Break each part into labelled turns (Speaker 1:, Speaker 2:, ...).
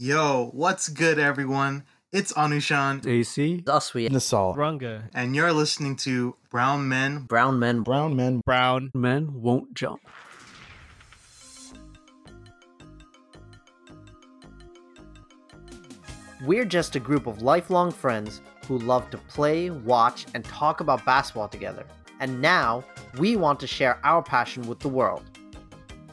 Speaker 1: Yo, what's good, everyone? It's Anushan,
Speaker 2: AC.
Speaker 3: Aswi,
Speaker 4: Nasal.
Speaker 5: Runga.
Speaker 1: and you're listening to Brown Men.
Speaker 3: brown men.
Speaker 4: Brown men.
Speaker 5: Brown.
Speaker 2: Men won't jump.
Speaker 3: We're just a group of lifelong friends who love to play, watch, and talk about basketball together. And now, we want to share our passion with the world.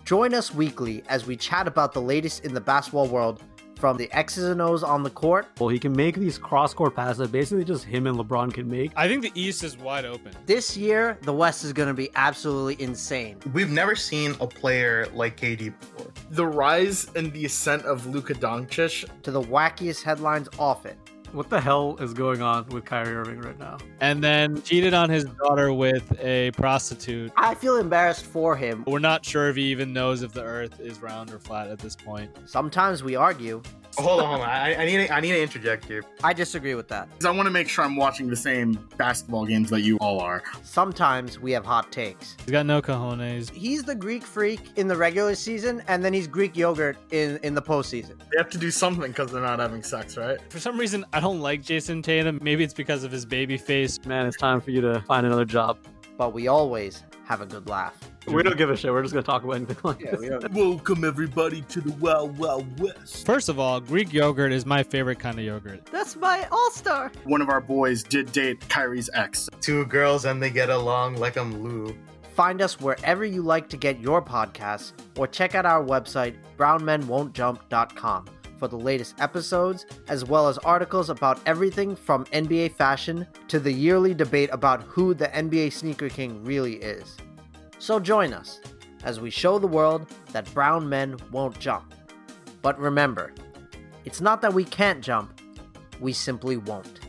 Speaker 3: Join us weekly as we chat about the latest in the basketball world from the X's and O's on the court.
Speaker 2: Well, he can make these cross-court passes that basically just him and LeBron can make.
Speaker 5: I think the East is wide open.
Speaker 3: This year, the West is going to be absolutely insane.
Speaker 1: We've never seen a player like KD before.
Speaker 6: The rise and the ascent of Luka Doncic.
Speaker 3: To the wackiest headlines off it.
Speaker 2: What the hell is going on with Kyrie Irving right now?
Speaker 5: And then cheated on his daughter with a prostitute.
Speaker 3: I feel embarrassed for him.
Speaker 5: We're not sure if he even knows if the earth is round or flat at this point.
Speaker 3: Sometimes we argue.
Speaker 1: Hold on, hold on. I, I need to, I need to interject here.
Speaker 3: I disagree with that.
Speaker 6: 'Cause I want to make sure I'm watching the same basketball games that you all are.
Speaker 3: Sometimes we have hot takes.
Speaker 5: He's got no cojones.
Speaker 3: He's the Greek freak in the regular season, and then he's Greek yogurt in, in the postseason.
Speaker 6: They have to do something because they're not having sex, right?
Speaker 5: For some reason, I don't like Jason Tatum. Maybe it's because of his baby face.
Speaker 2: Man, it's time for you to find another job.
Speaker 3: But we always have a good laugh.
Speaker 2: We don't give a shit. We're just gonna talk about anything like this.
Speaker 6: Welcome everybody to the Wild Wild West.
Speaker 5: First of all, Greek yogurt is my favorite kind of yogurt.
Speaker 3: That's my all star.
Speaker 6: One of our boys did date Kyrie's ex.
Speaker 1: Two girls and they get along like I'm Lou.
Speaker 3: Find us wherever you like to get your podcasts, or check out our website, brownmenwon'tjump.com, for the latest episodes, as well as articles about everything from NBA fashion to the yearly debate about who the NBA sneaker king really is. So join us as we show the world that brown men won't jump. But remember, it's not that we can't jump, we simply won't.